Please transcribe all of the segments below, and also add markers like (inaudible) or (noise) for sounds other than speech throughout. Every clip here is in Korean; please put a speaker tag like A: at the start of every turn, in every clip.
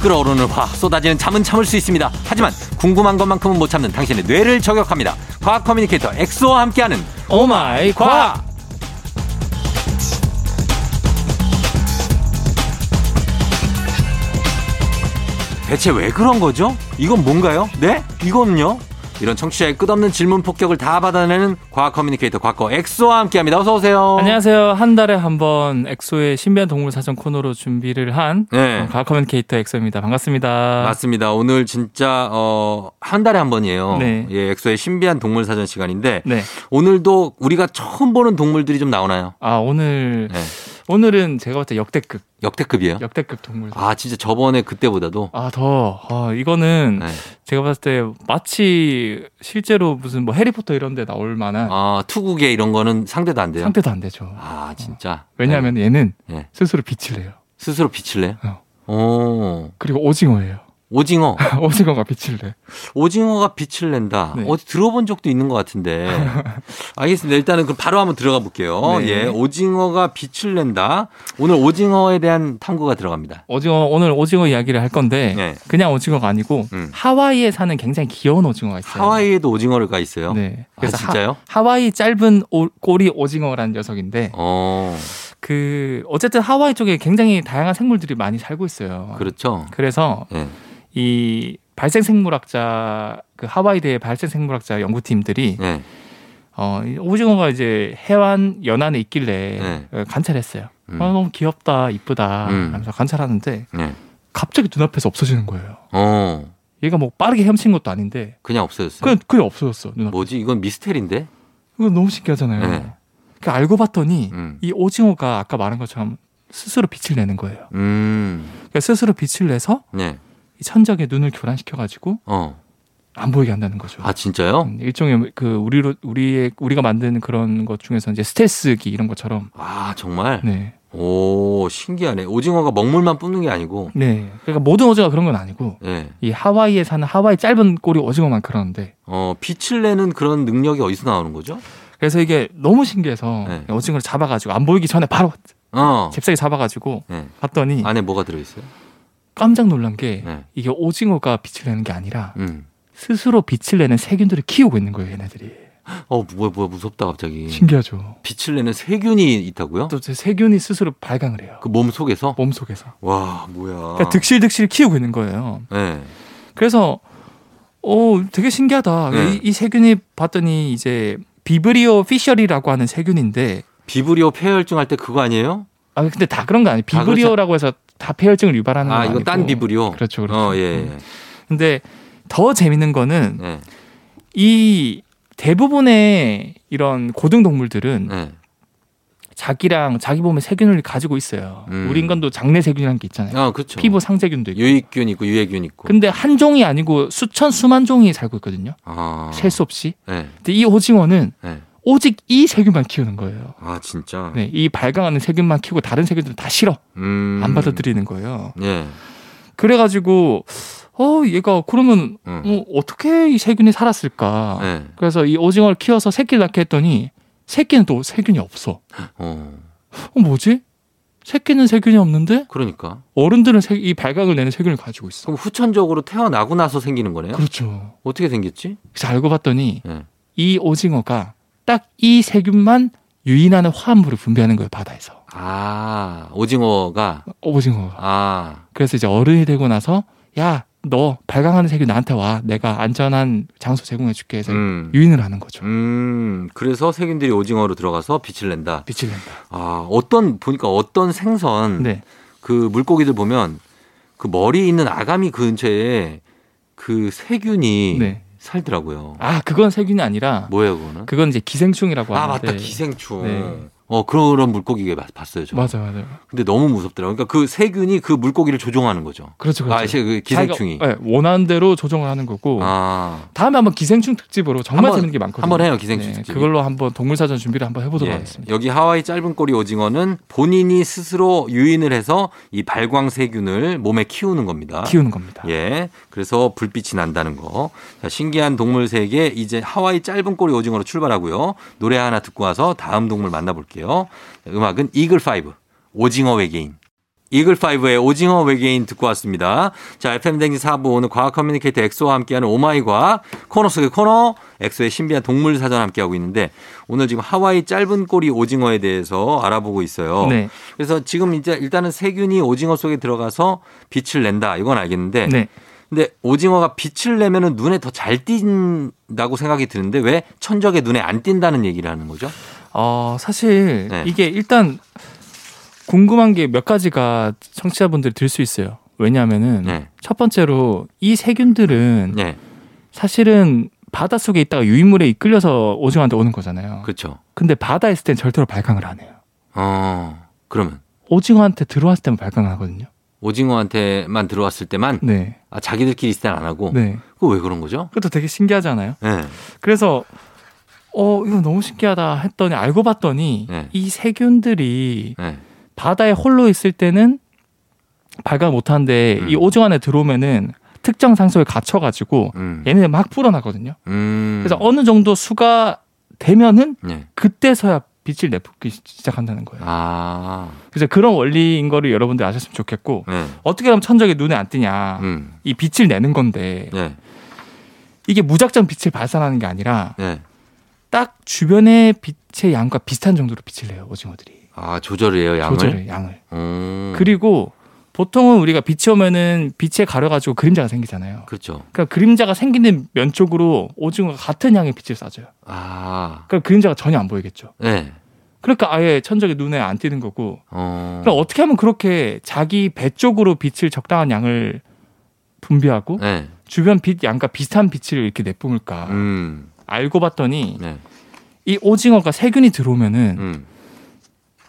A: 끓어오르는 화 쏟아지는 잠은 참을 수 있습니다. 하지만 궁금한 것만큼은 못 참는 당신의 뇌를 저격합니다. 과학 커뮤니케이터 엑소와 함께하는
B: 오마이
A: 과학. 대체 왜 그런 거죠? 이건 뭔가요? 네? 이건요? 이런 청취자의 끝없는 질문 폭격을 다 받아내는 과학 커뮤니케이터 과거 엑소와 함께합니다. 어서 오세요.
B: 안녕하세요. 한 달에 한 번 엑소의 신비한 동물 사전 코너로 준비를 한
A: 네.
B: 과학 커뮤니케이터 엑소입니다. 반갑습니다.
A: 맞습니다. 오늘 진짜 어, 한 달에 한 번이에요.
B: 네.
A: 예, 엑소의 신비한 동물 사전 시간인데
B: 네.
A: 오늘도 우리가 처음 보는 동물들이 좀 나오나요?
B: 아 오늘
A: 네.
B: 오늘은 제가 봤을 때 역대급
A: 역대급이에요.
B: 역대급 동물.
A: 아 진짜 저번에 그때보다도
B: 아더 아, 이거는
A: 네.
B: 제가 봤을 때 마치 실제로 무슨 뭐 해리포터 이런 데 나올 만한
A: 아 투구계 이런 거는 상대도 안 돼요.
B: 상태도 안 되죠.
A: 아 진짜
B: 왜냐하면 얘는
A: 네.
B: 스스로 빛을 내요.
A: 스스로 빛을 내요.
B: 어.
A: 오
B: 그리고 오징어예요. (laughs)
A: 오징어
B: 오징어가 빛을 내.
A: 오징어가 빛을 낸다.
B: 네.
A: 어디 들어본 적도 있는 것
B: (laughs)
A: 같은데. 알겠습니다. 일단은 그럼 바로 한번 들어가 볼게요.
B: 네.
A: 예, 오징어가 빛을 낸다. 오늘 오징어에 대한 탐구가 들어갑니다.
B: 오징어 오늘 오징어 이야기를 할 건데
A: 네.
B: 그냥 오징어가 아니고
A: 음.
B: 하와이에 사는 굉장히 귀여운 오징어가 있어요.
A: 하와이에도 오징어를 가 있어요.
B: 네.
A: 아 진짜요?
B: 하, 하와이 짧은 오- 꼬리 오징어라는 녀석인데
A: 어
B: 그 어쨌든 하와이 쪽에 굉장히 다양한 생물들이 많이 살고 있어요.
A: 그렇죠.
B: 그래서
A: 예.
B: 이 발생 생물학자 그 하와이대 발생 생물학자 연구팀들이
A: 예.
B: 어, 이 오징어가 이제 해안 연안에 있길래
A: 네.
B: 어, 관찰했어요.
A: 음.
B: 아, 너무 귀엽다, 이쁘다
A: 음.
B: 하면서 관찰하는데
A: 예.
B: 갑자기 눈앞에서 없어지는 거예요.
A: 어
B: 얘가 뭐 빠르게 헤엄친 것도 아닌데
A: 그냥 없어졌어요.
B: 그냥 그냥 없어졌어 눈앞.
A: 뭐지? 이건 미스테리인데.
B: 이거 너무 신기하잖아요.
A: 네.
B: 그 알고 봤더니
A: 음.
B: 이 오징어가 아까 말한 것처럼 스스로 빛을 내는 거예요.
A: 음.
B: 그러니까 스스로 빛을 내서
A: 네.
B: 이 천적의 눈을 교란시켜 가지고
A: 어.
B: 안 보이게 한다는 거죠.
A: 아 진짜요?
B: 음, 일종의 그 우리로 우리의 우리가 만드는 그런 것 중에서 이제 스텔스기 이런 것처럼
A: 아 정말.
B: 네.
A: 오 신기하네. 오징어가 먹물만 뿜는 게 아니고.
B: 네. 그러니까 모든 오징어 가 그런 건 아니고
A: 예.
B: 이 하와이에 사는 하와이 짧은 꼬리 오징어만 그러는데
A: 어 빛을 내는 그런 능력이 어디서 나오는 거죠?
B: 그래서 이게 너무 신기해서
A: 네.
B: 오징어를 잡아가지고 안 보이기 전에 바로
A: 어.
B: 잽싸게 잡아가지고
A: 네.
B: 봤더니
A: 안에 뭐가 들어있어요?
B: 깜짝 놀란 게
A: 네.
B: 이게 오징어가 빛을 내는 게 아니라
A: 음.
B: 스스로 빛을 내는 세균들을 키우고 있는 거예요 얘네들이
A: 어 뭐야 뭐야 무섭다 갑자기.
B: 신기하죠
A: 빛을 내는 세균이 있다고요?
B: 또제 세균이 스스로 발광을 해요
A: 그 몸 속에서?
B: 몸속에서
A: 와 뭐야.
B: 뭐- 그러니까 득실득실 키우고 있는 거예요
A: 예.
B: 그래서 어 되게 신기하다
A: 네.
B: 이, 이 세균이 봤더니 이제 비브리오 피셔리라고 하는 세균인데
A: 비브리오 폐혈증 할 때 그거 아니에요?
B: 아 근데 다 그런 거 아니에요
A: 그렇죠.
B: 비브리오라고 해서 다 폐혈증을 유발하는 건
A: 아 이거
B: 아니고
A: 딴 비브리오.
B: 그렇죠 그렇죠
A: 어 예.
B: 근데 더 재밌는 거는
A: 예. 예.
B: 이 대부분의 이런 고등동물들은
A: 예.
B: 자기랑 자기 몸에 세균을 가지고 있어요.
A: 음.
B: 우리 인간도 장내 세균이라는 게 있잖아요.
A: 아 그렇죠.
B: 피부 상세균도 있고.
A: 유익균 있고 유해균 있고.
B: 근데 한 종이 아니고 수천 수만 종이 살고 있거든요.
A: 아.
B: 셀 수 없이.
A: 예.
B: 근데 이 오징어는
A: 예.
B: 오직 이 세균만 키우는 거예요.
A: 아 진짜.
B: 네, 이 발광하는 세균만 키우고 다른 세균들은 다 싫어.
A: 음.
B: 안 받아들이는 거예요.
A: 예.
B: 그래가지고 어 얘가 그러면
A: 음.
B: 어, 어떻게 이 세균이 살았을까?
A: 예.
B: 그래서 이 오징어를 키워서 새끼를 낳게 했더니 새끼는 또 세균이 없어.
A: 어.
B: 어 뭐지? 새끼는 세균이 없는데
A: 그러니까.
B: 어른들은 세- 이 발각을 내는 세균을 가지고 있어.
A: 그럼 후천적으로 태어나고 나서 생기는 거네요?
B: 그렇죠.
A: 어떻게 생겼지?
B: 그래서 알고 봤더니
A: 예.
B: 이 오징어가 딱 이 세균만 유인하는 화합물을 분비하는 거예요 바다에서.
A: 아, 오징어가
B: 오징어가.
A: 아,
B: 그래서 이제 어른이 되고 나서 야 너 발광하는 세균 나한테 와. 내가 안전한 장소 제공해줄게 해서
A: 음.
B: 유인을 하는 거죠.
A: 음, 그래서 세균들이 오징어로 들어가서 빛을 낸다.
B: 빛을 낸다.
A: 아, 어떤 보니까 어떤 생선
B: 네.
A: 그 물고기들 보면 그 머리 있는 아가미 근처에 그 세균이
B: 네.
A: 살더라고요.
B: 아 그건 세균이 아니라
A: 뭐예요, 그거는?
B: 그건 이제 기생충이라고
A: 아,
B: 하는데.
A: 맞다. 기생충.
B: 네.
A: 어, 그런 물고기 봤- 봤어요, 저.
B: 맞아 맞아.
A: 근데 너무 무섭더라고요. 그러니까 그 세균이 그 물고기를 조종하는 거죠.
B: 그렇죠
A: 아,
B: 그렇죠.
A: 시- 그 기생충이.
B: 자기가, 어. 네, 원하는 대로 조정을 하는 거고.
A: 아,
B: 다음에 한번 기생충 특집으로 정말
A: 한번-
B: 재밌는 게 많거든요.
A: 한번 해요, 기생충.
B: 네,
A: 특집.
B: 그걸로 한번 동물 사전 준비를 한번 해보도록
A: 예,
B: 하겠습니다.
A: 여기 하와이 짧은 꼬리 오징어는 본인이 스스로 유인을 해서 이 발광 세균을 몸에 키우는 겁니다.
B: 키우는 겁니다.
A: 아, 예. 그래서 불빛이 난다는 거. 자, 신기한 동물 세계 이제 하와이 짧은 꼬리 오징어로 출발하고요. 노래 하나 듣고 와서 다음 동물 만나볼게요. 음악은 이글 파이브 오징어 외계인. 이글5의 오징어 외계인 듣고 왔습니다. 자, FM댕지 사부 오늘 과학 커뮤니케이터 엑소와 함께하는 오마이과학 코너 속의 코너 엑소의 신비한 동물 사전 함께하고 있는데 오늘 지금 하와이 짧은 꼬리 오징어에 대해서 알아보고 있어요.
B: 네.
A: 그래서 지금 이제 일단은 세균이 오징어 속에 들어가서 빛을 낸다. 이건 알겠는데
B: 네.
A: 근데 오징어가 빛을 내면은 눈에 더 잘 띈다고 생각이 드는데 왜 천적에 눈에 안 띈다는 얘기를 하는 거죠?
B: 어, 사실
A: 네.
B: 이게 일단 궁금한 게 몇 가지가 청취자분들 들 수 있어요. 왜냐하면은
A: 네.
B: 첫 번째로 이 세균들은
A: 네.
B: 사실은 바다 속에 있다가 유인물에 이끌려서 오징어한테 오는 거잖아요.
A: 그렇죠.
B: 근데 바다에 있을 땐 절대로 발광을 안 해요.
A: 어. 그러면
B: 오징어한테 들어왔을 때만 발광을 하거든요.
A: 오징어한테만 들어왔을 때만
B: 네.
A: 아, 자기들끼리 있을 땐 안 하고
B: 네.
A: 그거 왜 그런 거죠?
B: 그것도 되게 신기하지 않아요?
A: 예.
B: 그래서 어 이거 너무 신기하다 했더니 알고 봤더니
A: 네.
B: 이 세균들이
A: 예.
B: 바다에 홀로 있을 때는 발광 못 하는데
A: 음.
B: 이 오징어 안에 들어오면은 특정 상소에 갇혀가지고
A: 음.
B: 얘네 막 불어나거든요.
A: 음.
B: 예. 그래서 어느 정도 수가 되면은
A: 예.
B: 그때서야 빛을 내뿜기 시- 시작한다는 거예요.
A: 아.
B: 그래서 그런 원리인 거를 여러분들 아셨으면 좋겠고
A: 예.
B: 어떻게 하면 천적이 눈에 안 띄냐
A: 음.
B: 이 빛을 내는 건데
A: 예.
B: 이게 무작정 빛을 발산하는 게 아니라
A: 예.
B: 딱 주변의 빛의 양과 비슷한 정도로 빛을 내요 오징어들이
A: 아, 조절을 해요, 양을.
B: 조절을 양을
A: 음.
B: 그리고 보통은 우리가 빛이 오면은 빛에 가려가지고 그림자가 생기잖아요.
A: 그렇죠.
B: 그러니까 그림자가 생기는 면 쪽으로 오징어가 같은 양의 빛을 쏴줘요.
A: 아.
B: 그러니까 그림자가 전혀 안 보이겠죠.
A: 예.
B: 그러니까 아예 천적이 눈에 안 띄는 거고.
A: 어.
B: 그럼 어떻게 하면 그렇게 자기 배 쪽으로 빛을 적당한 양을 분비하고
A: 예.
B: 주변 빛 양과 비슷한 빛을 이렇게 내뿜을까
A: 음.
B: 알고 봤더니
A: 네.
B: 이 오징어가 세균이 들어오면은
A: 음.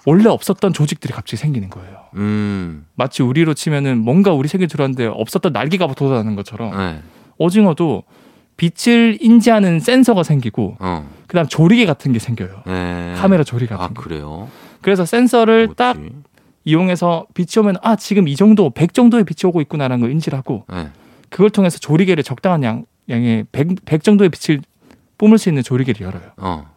B: 원래 없었던 조직들이 갑자기 생기는 거예요.
A: 음.
B: 마치 우리로 치면은 뭔가 우리 세균 들어왔는데 없었던 날개가 돋아나는 것처럼
A: 예.
B: 오징어도 빛을 인지하는 센서가 생기고
A: 어.
B: 그다음 조리개 같은 게 생겨요.
A: 예.
B: 카메라 조리 같은
A: 아,
B: 게.
A: 그래요?
B: 그래서 센서를
A: 뭐지? 네.
B: 딱 이용해서 빛이 오면 아 지금 이 정도 100 정도의 빛이 오고 있구나라는 걸 인지를 하고
A: 예.
B: 그걸 통해서 조리개를 적당한 양 양의 100, 100 정도의 빛을 뿜을 수 있는 조리개를 열어요.
A: 어.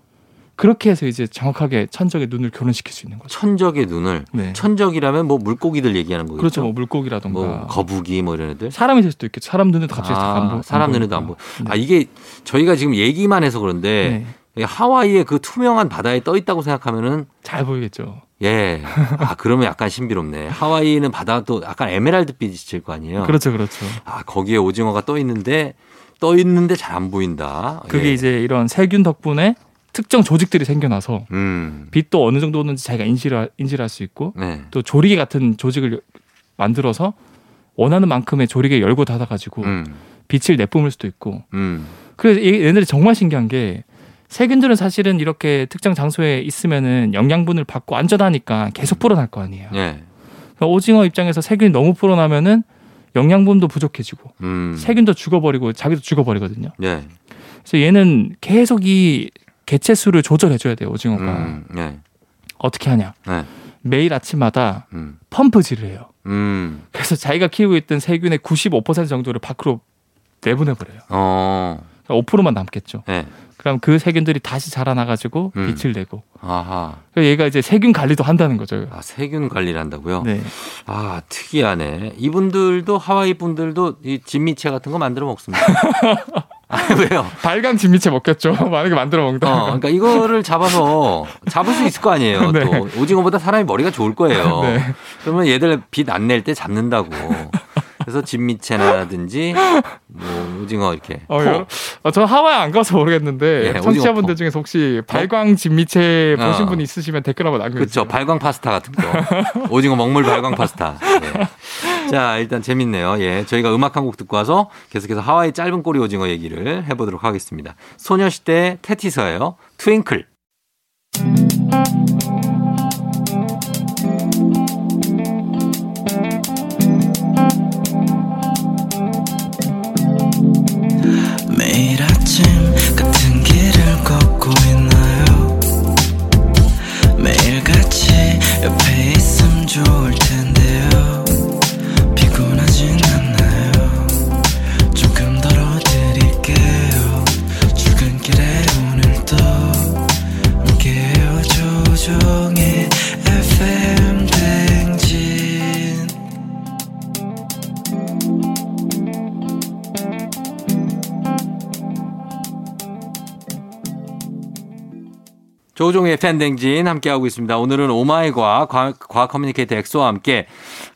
B: 그렇게 해서 이제 정확하게 천적의 눈을 교란시킬 수 있는 거죠.
A: 천적의 눈을
B: 네.
A: 천적이라면 뭐 물고기들 얘기하는 거겠죠.
B: 그렇죠. 뭐 물고기라던가
A: 뭐 거북이 뭐 이런 애들.
B: 사람이 될 수도 있겠죠. 사람 눈에도 갑자기
A: 아,
B: 다 안 보고
A: 사람 눈에도 안 보여.
B: 네.
A: 아 이게 저희가 지금 얘기만 해서 그런데
B: 네.
A: 이 하와이의 그 투명한 바다에 떠 있다고 생각하면은
B: 잘 보이겠죠.
A: 예. 아 그러면 약간 신비롭네. 하와이는 바다가 또 약간 에메랄드 빛일 거 아니에요.
B: 그렇죠, 그렇죠.
A: 아 거기에 오징어가 떠 있는데 떠 있는데 잘 안 보인다.
B: 그게
A: 예.
B: 이제 이런 세균 덕분에 특정 조직들이 생겨나서
A: 음.
B: 빛도 어느 정도 오는지 자기가 인지를 인지를 할 수 있고
A: 네.
B: 또 조리개 같은 조직을 만들어서 원하는 만큼의 조리개 열고 닫아 가지고
A: 음.
B: 빛을 내뿜을 수도 있고
A: 음.
B: 그래서 얘- 얘네들이 정말 신기한 게 세균들은 사실은 이렇게 특정 장소에 있으면은 영양분을 받고 안전하니까 계속 불어날 거 아니에요.
A: 예.
B: 그러니까 오징어 입장에서 세균이 너무 불어나면은 영양분도 부족해지고
A: 음.
B: 세균도 죽어버리고 자기도 죽어버리거든요.
A: 예.
B: 그래서 얘는 계속 이 개체 수를 조절해 줘야 돼요 오징어가
A: 음.
B: 그러니까.
A: 예.
B: 어떻게 하냐
A: 네.
B: 매일 아침마다
A: 음.
B: 펌프질을 해요
A: 음.
B: 그래서 자기가 키우고 있던 세균의 95% 정도를 밖으로 내보내 버려요
A: 어.
B: 그러니까 5%만 남겠죠
A: 예.
B: 그럼 그 세균들이 다시 자라나 가지고
A: 음.
B: 빛을 내고
A: 아하.
B: 그래서 얘가 이제 세균 관리도 한다는 거죠
A: 아 세균 관리를 한다고요?
B: 네.
A: 아 특이하네. 이분들도 하와이 분들도 이 진미채 같은 거 만들어
B: (laughs)
A: 먹습니다. 아 왜요?
B: 발광 진미채 먹겠죠 (laughs) 만약에 만들어 먹다
A: 어, 그러니까 이거를 잡아서 잡을 수 있을 거 아니에요.
B: 네.
A: 또 오징어보다 사람이 머리가 좋을 거예요.
B: 네.
A: 그러면 얘들 빛 안 낼 때 잡는다고. 그래서 진미채라든지 뭐 오징어 이렇게.
B: 어,
A: 포.
B: 여러- 어, 저 하와이 안 가서 모르겠는데
A: 예, 오징어
B: 청취자분들
A: 포.
B: 중에서 혹시 발광 진미채
A: 어.
B: 보신 분 있으시면 댓글 한번 남겨주세요.
A: 그렇죠. 발광 파스타 같은 거. 오징어 먹물 발광 파스타. 예. 자, 일단 재밌네요. 예. 저희가 음악 한 곡 듣고 와서 계속해서 하와이 짧은 꼬리 오징어 얘기를 해보도록 하겠습니다. 소녀시대 테티서예요. 트윙클.
C: 매일 아침 같은 길을 걷고 있나요 매일 같이 옆에 있음 좋을 텐데요 피곤하진 않나요 조금 덜어드릴게요 출근길에 오늘도 함께해요 조조
A: 조종의 팬댕진 함께하고 있습니다. 오늘은 오마이과 과학, 과학 커뮤니케이터 엑소와 함께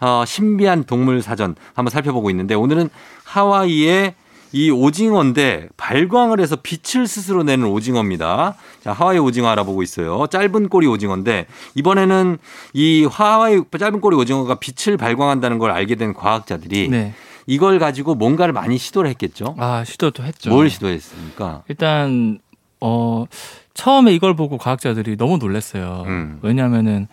A: 어, 신비한 동물 사전 한번 살펴보고 있는데 오늘은 하와이의 이 오징어인데 발광을 해서 빛을 스스로 내는 오징어입니다. 자, 하와이 오징어 알아보고 있어요. 짧은 꼬리 오징어인데 이번에는 이 하와이 짧은 꼬리 오징어가 빛을 발광한다는 걸 알게 된 과학자들이
B: 네.
A: 이걸 가지고 뭔가를 많이 시도를 했겠죠.
B: 아 시도도 했죠.
A: 뭘 시도했습니까?
B: 일단 어 처음에 이걸 보고 과학자들이 너무 놀랐어요.
A: 음.
B: 왜냐하면은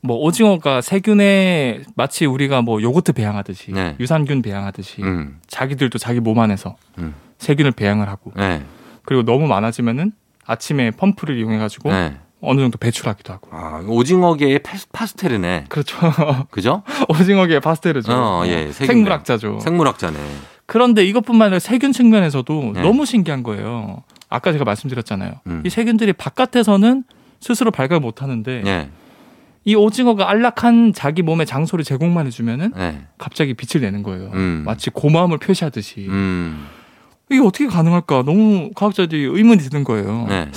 B: 뭐 오징어가 세균에 마치 우리가 뭐 요거트 배양하듯이
A: 네.
B: 유산균 배양하듯이
A: 음.
B: 자기들도 자기 몸 안에서
A: 음.
B: 세균을 배양을 하고
A: 네.
B: 그리고 너무 많아지면은 아침에 펌프를 이용해 가지고
A: 네.
B: 어느 정도 배출하기도 하고
A: 아, 오징어계의 패스- 파스텔이네.
B: 그렇죠 (laughs)
A: 그죠?
B: 오징어계 파스텔이죠
A: 어, 예, 세균
B: 생물학자죠
A: 생물학자네.
B: 그런데 이것뿐만 아니라 세균 측면에서도
A: 네.
B: 너무 신기한 거예요 아까 제가 말씀드렸잖아요
A: 음.
B: 이 세균들이 바깥에서는 스스로 발견 못 하는데
A: 네.
B: 이 오징어가 안락한 자기 몸의 장소를 제공만 해주면은
A: 네.
B: 갑자기 빛을 내는 거예요
A: 음.
B: 마치 고마움을 표시하듯이
A: 음.
B: 이게 어떻게 가능할까 너무 과학자들이 의문이 드는 거예요
A: 네.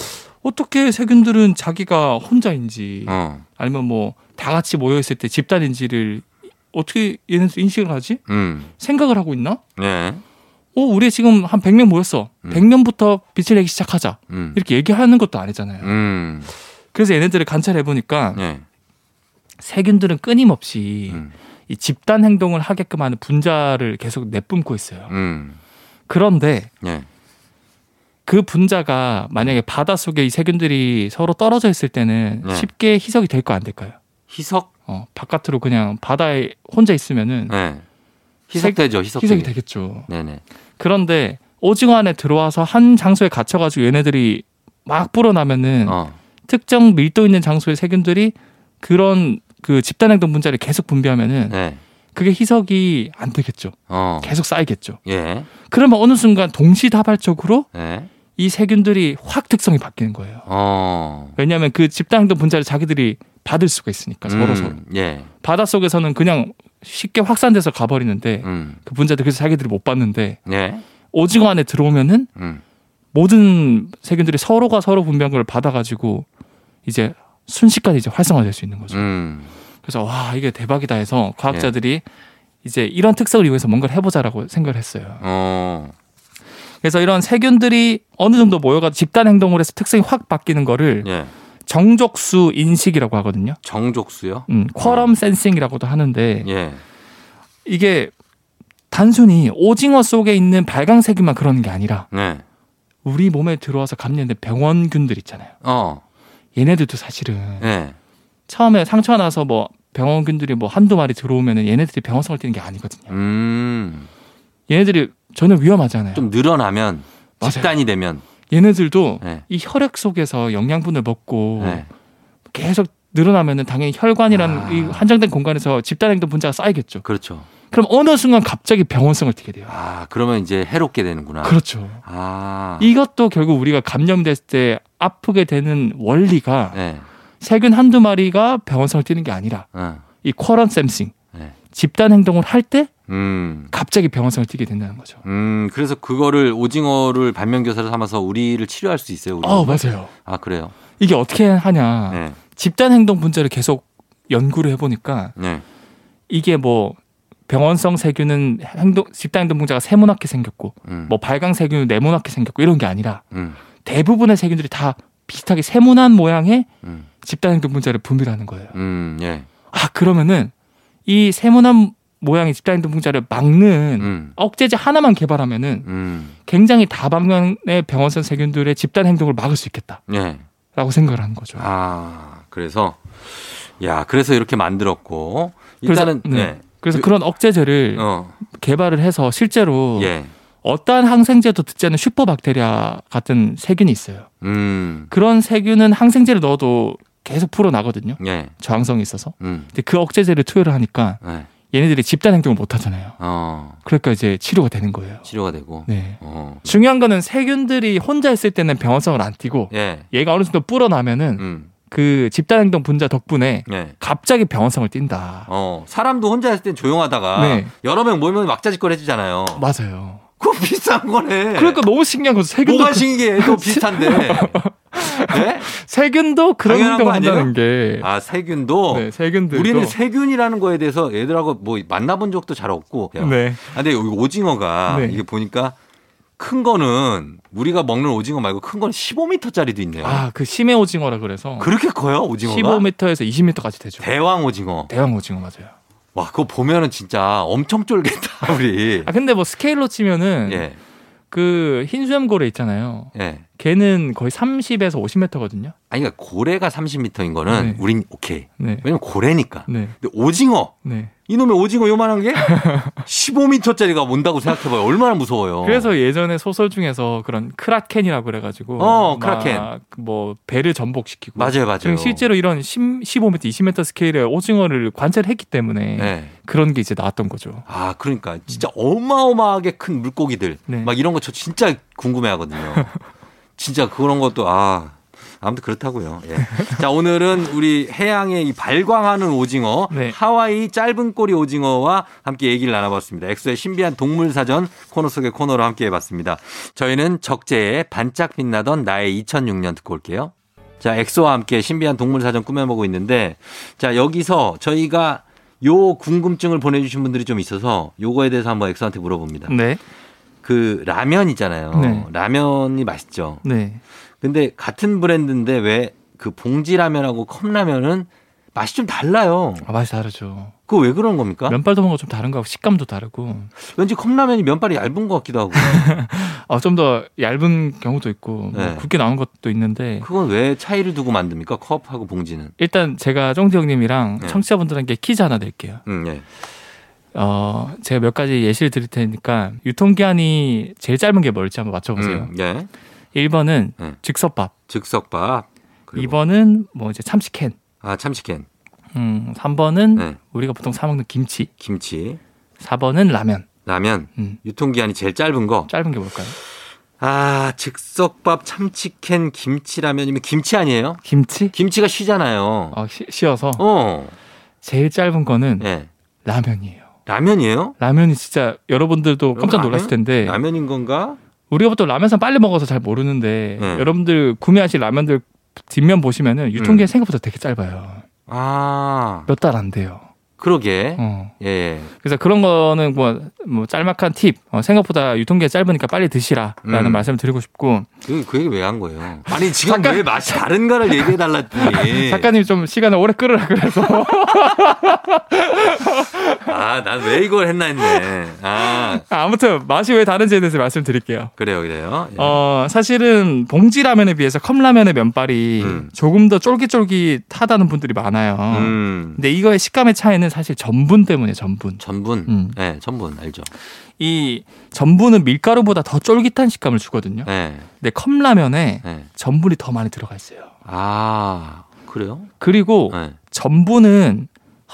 B: 어떻게 세균들은 자기가 혼자인지
A: 어.
B: 아니면 뭐 다 같이 모여 있을 때 집단인지를 어떻게 얘네들 인식을 하지?
A: 음.
B: 생각을 하고 있나?
A: 네.
B: 어, 우리 지금 한 100명 모였어.
A: 음.
B: 100명부터 빛을 내기 시작하자.
A: 음.
B: 이렇게 얘기하는 것도 아니잖아요.
A: 음.
B: 그래서 얘네들을 관찰해 보니까
A: 네.
B: 세균들은 끊임없이
A: 음.
B: 이 집단 행동을 하게끔 하는 분자를 계속 내뿜고 있어요.
A: 음.
B: 그런데
A: 네.
B: 그 분자가 만약에 바다 속에 이 세균들이 서로 떨어져 있을 때는
A: 네.
B: 쉽게 희석이 될까 안 될까요?
A: 희석?
B: 어, 바깥으로 그냥 바다에 혼자 있으면은
A: 네. 희석되죠. 희석.
B: 희석이 되겠죠.
A: 네네.
B: 그런데 오징어 안에 들어와서 한 장소에 갇혀가지고 얘네들이 막 불어나면은
A: 어.
B: 특정 밀도 있는 장소의 세균들이 그런 그 집단 행동 분자를 계속 분비하면은
A: 네.
B: 그게 희석이 안 되겠죠.
A: 어.
B: 계속 쌓이겠죠.
A: 예.
B: 그러면 어느 순간 동시다발적으로
A: 네.
B: 이 세균들이 확 특성이 바뀌는 거예요.
A: 어.
B: 왜냐하면 그 집단 행동 분자를 자기들이 받을 수가 있으니까 그러니까 서로 서로
A: 음. 예.
B: 바다 속에서는 그냥 쉽게 확산돼서 가버리는데
A: 음.
B: 그 분자들 그래서 자기들이 못 받는데
A: 네.
B: 오징어 안에 들어오면은
A: 음.
B: 모든 세균들이 서로가 서로 분비한걸 받아가지고 이제 순식간에 이제 활성화될 수 있는 거죠.
A: 음.
B: 그래서 와 이게 대박이다 해서 과학자들이
A: 예.
B: 이제 이런 특성을 이용해서 뭔가를 해보자라고 생각을 했어요.
A: 어.
B: 그래서 이런 세균들이 어느 정도 모여가 집단 행동을 해서 특성이 확 바뀌는 거를
A: 예.
B: 정족수 인식이라고 하거든요.
A: 정족수요?
B: 음, 쿼럼 센싱이라고도 하는데
A: 예.
B: 이게 단순히 오징어 속에 있는 발광세균만 그러는 게 아니라
A: 네.
B: 우리 몸에 들어와서 감염된 병원균들 있잖아요.
A: 어.
B: 얘네들도 사실은
A: 예.
B: 처음에 상처 나서 뭐 병원균들이 뭐 한두 마리 들어오면은 얘네들이 병원성을 띠는 게 아니거든요.
A: 음.
B: 얘네들이 전혀 위험하잖아요.
A: 좀 늘어나면
B: 맞아요.
A: 집단이 되면
B: 얘네들도
A: 네.
B: 이 혈액 속에서 영양분을 먹고
A: 네.
B: 계속 늘어나면은 당연히 혈관이라는
A: 아.
B: 이 한정된 공간에서 집단 행동 분자가 쌓이겠죠.
A: 그렇죠.
B: 그럼 어느 순간 갑자기 병원성을 띠게 돼요.
A: 아, 그러면 이제 해롭게 되는구나.
B: 그렇죠.
A: 아.
B: 이것도 결국 우리가 감염됐을 때 아프게 되는 원리가
A: 네.
B: 세균 한두 마리가 병원성을 띠는 게 아니라
A: 어.
B: 이 쿼런 샘싱
A: 네.
B: 집단 행동을 할 때
A: 음.
B: 갑자기 병원성을 띠게 된다는 거죠.
A: 음, 그래서 그거를 오징어를 반면교사로 삼아서 우리를 치료할 수 있어요. 우리.
B: 어 맞아요.
A: 아, 그래요.
B: 이게 어떻게 하냐?
A: 네.
B: 집단 행동 분자를 계속 연구를 해보니까
A: 네.
B: 이게 뭐 병원성 세균은 행동 집단 행동 분자가 세모나게 생겼고
A: 음.
B: 뭐 발광 세균은 네모나게 생겼고 이런 게 아니라
A: 음.
B: 대부분의 세균들이 다 비슷하게 세모난 모양의
A: 음.
B: 집단 행동 분자를 분비하는 거예요.
A: 음. 예.
B: 아 그러면은 이 세모난 모양의 집단 행동 분자를 막는
A: 음.
B: 억제제 하나만 개발하면은
A: 음.
B: 굉장히 다방면의 병원성 세균들의 집단 행동을 막을 수 있겠다라고
A: 예.
B: 생각을 하는 거죠.
A: 아, 그래서 야, 그래서 이렇게 만들었고 일단은
B: 그래서, 네.
A: 네.
B: 그래서
A: 그-
B: 그런 억제제를
A: 어.
B: 개발을 해서 실제로
A: 예.
B: 어떠한 항생제도 듣지 않는 슈퍼박테리아 같은 세균이 있어요.
A: 음.
B: 그런 세균은 항생제를 넣어도 계속 풀어나거든요.
A: 예.
B: 저항성이 있어서.
A: 음.
B: 근데 그 억제제를 투여를 하니까
A: 네.
B: 얘네들이 집단 행동을 못 하잖아요.
A: 어.
B: 그러니까 이제 치료가 되는 거예요.
A: 치료가 되고.
B: 네.
A: 어.
B: 중요한 거는 세균들이 혼자 있을 때는 병원성을 안 띠고
A: 예.
B: 얘가 어느 정도 불어나면은
A: 음.
B: 그 집단 행동 분자 덕분에
A: 예.
B: 갑자기 병원성을 띈다.
A: 어. 사람도 혼자 있을 땐 조용하다가
B: 네.
A: 여러 명 모이면 왁자지껄해지잖아요.
B: 맞아요.
A: 그거 비싼 거네.
B: 그러니까 너무 신기한 거죠. 세균도 (laughs)
A: 뭐가 신기해? 또 비슷한데. 네?
B: 세균도 그런
A: 당연한
B: 행동
A: 거 아니에요?
B: 한다는 게
A: 아 세균도
B: 네, 세균들도
A: 우리는 세균이라는 거에 대해서 얘들하고 뭐 만나본 적도 잘 없고. 그냥.
B: 네.
A: 아, 근데 여기 오징어가
B: 네.
A: 이게 보니까 큰 거는 우리가 먹는 오징어 말고 큰 건 15m짜리도 있네요.
B: 아그 심해 오징어라 그래서
A: 그렇게 커요 오징어가?
B: 15m에서 20m까지 되죠.
A: 대왕 오징어.
B: 대왕 오징어 맞아요.
A: 와 그거 보면은 진짜 엄청 쫄겠다 우리.
B: 아 네. 근데 뭐 스케일로 치면은
A: 예,
B: 그 흰수염고래 있잖아요.
A: 예.
B: 걔는 거의 30에서 50m거든요.
A: 아니 그러니까 고래가 30m인 거는
B: 네.
A: 우린 오케이.
B: 네.
A: 왜냐면 고래니까.
B: 네.
A: 근데 오징어
B: 네.
A: 이놈의 오징어 요만한
B: (laughs)
A: 게 15m짜리가 온다고 생각해봐요. 얼마나 무서워요.
B: 그래서 예전에 소설 중에서 그런 크라켄이라고 그래가지고
A: 어,
B: 막
A: 크라켄.
B: 뭐 배를 전복시키고
A: 맞아요,
B: 지금
A: 맞아요.
B: 실제로 이런 10, 15m, 20m 스케일의 오징어를 관찰했기 때문에
A: 네.
B: 그런 게 이제 나왔던 거죠.
A: 아, 그러니까 진짜 어마어마하게 큰 물고기들
B: 네.
A: 막 이런 거 저 진짜 궁금해하거든요. (laughs) 진짜 그런 것도 아. 아무튼 그렇다고요. 예. 자 오늘은 우리 해양의 이 발광하는 오징어,
B: 네.
A: 하와이 짧은 꼬리 오징어와 함께 얘기를 나눠봤습니다. 엑소의 신비한 동물 사전 코너 속의 코너로 함께 해봤습니다. 저희는 적재에 반짝 빛나던 나의 2006년 듣고 올게요. 자, 엑소와 함께 신비한 동물 사전 꾸며보고 있는데, 자, 여기서 저희가 요 궁금증을 보내주신 분들이 좀 있어서 요거에 대해서 한번 엑소한테 물어봅니다.
B: 네.
A: 그 라면 있잖아요.
B: 네.
A: 라면이 맛있죠.
B: 네.
A: 근데 같은 브랜드인데 왜 그 봉지 라면하고 컵 라면은 맛이 좀 달라요.
B: 아, 맛이 다르죠.
A: 그거 왜 그런 겁니까?
B: 면발도 뭔가 좀 다른 거하고 식감도 다르고
A: 왠지 컵 라면이 면발이 얇은 것 같기도 하고.
B: 어, 좀 더 얇은 경우도 있고 뭐
A: 네.
B: 굵게 나온 것도 있는데
A: 그건 왜 차이를 두고 만듭니까? 컵하고 봉지는.
B: 일단 제가 쫑지 형님이랑
A: 네.
B: 청취자분들한테 퀴즈 하나 낼게요.
A: 음, 예.
B: 어, 제가 몇 가지 예시를 드릴 테니까 유통기한이 제일 짧은 게 뭘지 한번 맞춰보세요.
A: 음, 예.
B: 1번은
A: 네.
B: 즉석밥,
A: 즉석밥. 그리고
B: 2번은 뭐 이제 참치캔,
A: 아, 참치캔.
B: 음, 3번은
A: 네.
B: 우리가 보통 사먹는 김치,
A: 김치.
B: 4번은 라면.
A: 라면.
B: 음,
A: 유통기한이 제일 짧은 거.
B: 짧은 게 뭘까요?
A: 아, 즉석밥, 참치캔, 김치라면이면 김치 아니에요?
B: 김치?
A: 김치가 쉬잖아요.
B: 어, 시- 씌어서
A: 어.
B: 제일 짧은 거는
A: 예.
B: 라면이에요.
A: 라면이에요?
B: 라면이 진짜 여러분들도 깜짝
A: 라면?
B: 놀랐을 텐데
A: 라면인 건가?
B: 우리가 보통 라면선 빨리 먹어서 잘 모르는데
A: 네.
B: 여러분들 구매하실 라면들 뒷면 보시면은
A: 음.
B: 유통기한 생각보다 되게 짧아요.
A: 아,
B: 몇 달 안 돼요.
A: 그러게.
B: 어.
A: 예.
B: 그래서 그런 거는 뭐, 뭐 짤막한 팁 어, 생각보다 유통기한 짧으니까 빨리 드시라라는
A: 음.
B: 말씀을 드리고 싶고
A: 그, 그 얘기 왜 한 거예요? 아니, 지금
B: 작가-
A: 왜 맛이 다른가를 얘기해달랐더니. (laughs)
B: 작가님 좀 시간을 오래 끌으라 그래서 (laughs)
A: 아, 난 왜 이걸 했나 했네. 아,
B: 아무튼 맛이 왜 다른지에 대해서 말씀드릴게요.
A: 그래요, 그래요. 예.
B: 어 사실은 봉지 라면에 비해서 컵 라면의 면발이
A: 음.
B: 조금 더 쫄깃쫄깃하다는 분들이 많아요.
A: 음,
B: 근데 이거의 식감의 차이는 사실 전분 때문에 전분.
A: 전분.
B: 음.
A: 예, 전분, 알죠.
B: 이 전분은 밀가루보다 더 쫄깃한 식감을 주거든요.
A: 예,
B: 근데 컵 라면에
A: 예.
B: 전분이 더 많이 들어가 있어요.
A: 아, 그래요?
B: 그리고
A: 예.
B: 전분은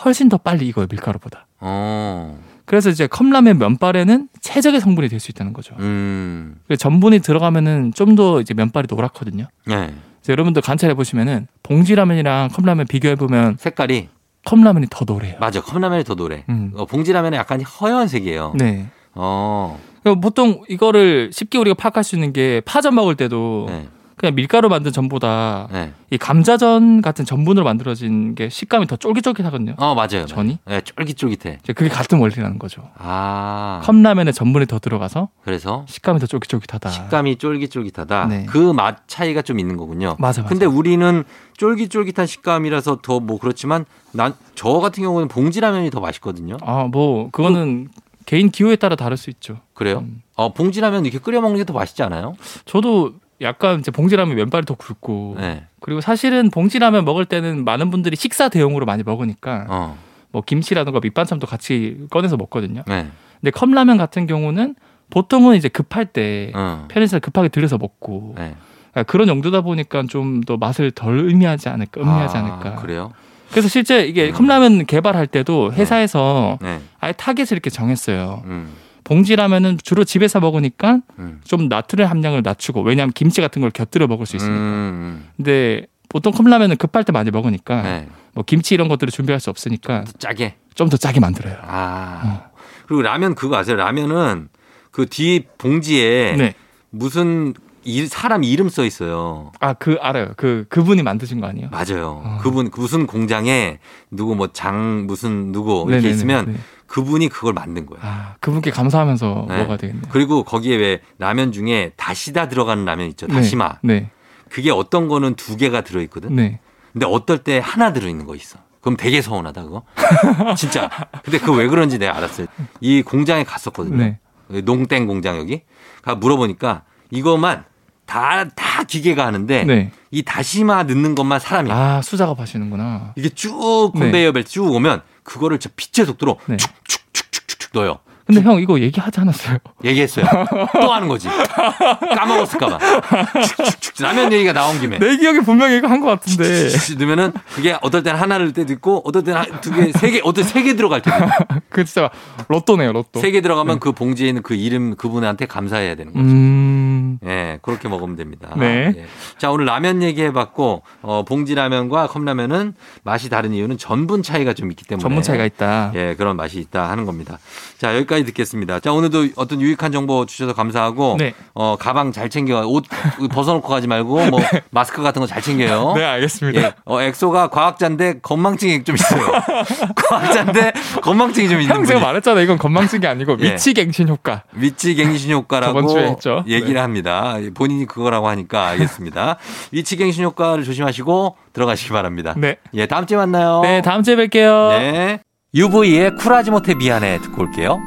B: 훨씬 더 빨리 익어요 밀가루보다.
A: 어,
B: 그래서 이제 컵라면 면발에는 최적의 성분이 될 수 있다는 거죠.
A: 음,
B: 그래서 전분이 들어가면은 좀 더 이제 면발이 노랗거든요.
A: 예.
B: 그래서 여러분들 관찰해 보시면은 봉지라면이랑 컵라면 비교해 보면
A: 색깔이,
B: 컵라면이 더 노래요.
A: 맞아. 컵라면이 더 노래.
B: 음.
A: 어, 봉지라면은 약간 허연색이에요.
B: 네.
A: 어,
B: 그러니까 보통 이거를 쉽게 우리가 파악할 수 있는 게 파전 먹을 때도
A: 예,
B: 그냥 밀가루 만든 전보다
A: 예.
B: 이 감자전 같은 전분으로 만들어진 게 식감이 더 쫄깃쫄깃하거든요.
A: 어, 맞아요.
B: 전이?
A: 예, 쫄깃쫄깃해.
B: 이제 그게 같은 원리라는 거죠.
A: 아,
B: 컵라면에 전분이 더 들어가서
A: 그래서
B: 식감이 더 쫄깃쫄깃하다.
A: 식감이 쫄깃쫄깃하다.
B: 네.
A: 그 맛 차이가 좀 있는 거군요.
B: 맞아, 맞아.
A: 근데 우리는 쫄깃쫄깃한 식감이라서 더 뭐 그렇지만 난 저 같은 경우는 봉지라면이 더 맛있거든요.
B: 아, 뭐 그거는 개인 기호에 따라 다를 수 있죠.
A: 그래요?
B: 음.
A: 어, 봉지라면 이렇게 끓여 먹는 게 더 맛있지 않아요?
B: 저도 약간 이제 봉지라면 면발이 더 굵고
A: 네.
B: 그리고 사실은 봉지라면 먹을 때는 많은 분들이 식사 대용으로 많이 먹으니까
A: 어.
B: 뭐 김치라든가 밑반찬도 같이 꺼내서 먹거든요.
A: 네.
B: 근데 컵라면 같은 경우는 보통은 이제 급할 때
A: 어.
B: 편의점 급하게 들려서 먹고
A: 네.
B: 그러니까 그런 용도다 보니까 좀 더 맛을 덜 의미하지 않을까 의미하지
A: 아,
B: 않을까. 그래.
A: 그래요?
B: 서 실제 이게
A: 음.
B: 컵라면 개발할 때도 회사에서
A: 네.
B: 아예 타겟을 이렇게 정했어요.
A: 음.
B: 봉지라면은 주로 집에서 먹으니까
A: 음.
B: 좀 나트륨 함량을 낮추고 왜냐하면 김치 같은 걸 곁들여 먹을 수 있으니까
A: 음.
B: 근데 보통 컵라면은 급할 때 많이 먹으니까
A: 네.
B: 뭐 김치 이런 것들을 준비할 수 없으니까
A: 또 짜게.
B: 좀 더 짜게 만들어요
A: 아. 그리고 라면 그거 아세요? 라면은 그 뒤 봉지에
B: 네.
A: 무슨 이 사람 이름 써 있어요.
B: 아 그 알아요. 그 그분이 만드신 거 아니에요?
A: 맞아요.
B: 어.
A: 그분 무슨 공장에 누구 뭐 장 무슨 누구 이렇게
B: 네네네.
A: 있으면
B: 네.
A: 그분이 그걸 만든 거예요.
B: 아 그분께 감사하면서
A: 네.
B: 먹어야 되겠네요.
A: 그리고 거기에 왜 라면 중에 다시다 들어가는 라면 있죠. 다시마.
B: 네.
A: 그게 어떤 거는 두 개가 들어 있거든.
B: 네.
A: 근데 어떨 때 하나 들어있는 거 있어. 그럼 되게 서운하다 그거. (laughs) 진짜. 근데 그거 왜 그런지 내가 알았어요. 이 공장에 갔었거든요.
B: 네.
A: 농땡 공장 여기. 가 물어보니까 이것만 다 다 기계가 하는데
B: 네. 네.
A: 이 다시마 넣는 것만 사람이야.
B: 아 수작업 하시는구나.
A: 이게 쭉 컨베이어 벨트 쭉 오면 그거를 저 빛의 속도로
B: 네.
A: 축축축축축 넣어요.
B: 근데 형 이거 얘기하지 않았어요?
A: 얘기했어요. 또 하는 거지. 까먹었을까봐. 축축축 라면 얘기가 나온 김에.
B: 내 기억에 분명히 이거 한 것 같은데.
A: (laughs) 넣으면은 그게 어떨 땐 하나를 때도 있고 어떨 땐두 개, 세 개, 어떨 때 세 개 들어갈 때도 있고
B: 그 진짜 로또네요 로또.
A: 세 개 들어가면 그 봉지에 있는 그 이름 그분한테 감사해야 되는 거예요.
B: 음.
A: 예, 그렇게 먹으면 됩니다.
B: 네.
A: 예. 자, 오늘 라면 얘기해봤고, 어, 봉지라면과 컵라면은 맛이 다른 이유는 전분 차이가 좀 있기 때문에.
B: 전문 차이가 있다.
A: 네. 예, 그런 맛이 있다 하는 겁니다. 자, 여기까지 듣겠습니다. 자, 오늘도 어떤 유익한 정보 주셔서 감사하고,
B: 네.
A: 어, 가방 잘 챙겨, 옷 벗어놓고 가지 말고,
B: (laughs)
A: 뭐, 마스크 같은 거 잘 챙겨요.
B: 네 알겠습니다.
A: 예, 어, 엑소가 과학자인데 건망증이 좀
B: (laughs)
A: 있어요. 과학자인데 건망증이 좀 있는
B: 형 제가
A: 분이
B: 말했잖아요. 이건 건망증이 아니고
A: 예.
B: 미치갱신 효과.
A: 위치갱신
B: 저번 주에
A: 효과라고
B: 했죠.
A: 얘기를
B: 네.
A: 합니다. 예, 본인이 그거라고 하니까
B: (laughs)
A: 알겠습니다. 위치갱신 효과를 조심하시고 들어가시기 바랍니다.
B: 네.
A: 예, 다음 주에 만나요.
B: 네 다음 주에 뵐게요.
A: 네. UV의 쿨하지 못해 미안해 듣고 올게요.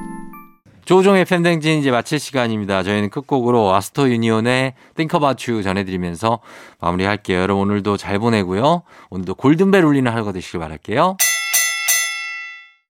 A: 조종의 팬댕진 이제 마칠 시간입니다. 저희는 끝곡으로 아스토 유니온의 Think About You 전해드리면서 마무리할게요. 여러분 오늘도 잘 보내고요. 오늘도 골든벨 울리는 하루가 되시길 바랄게요.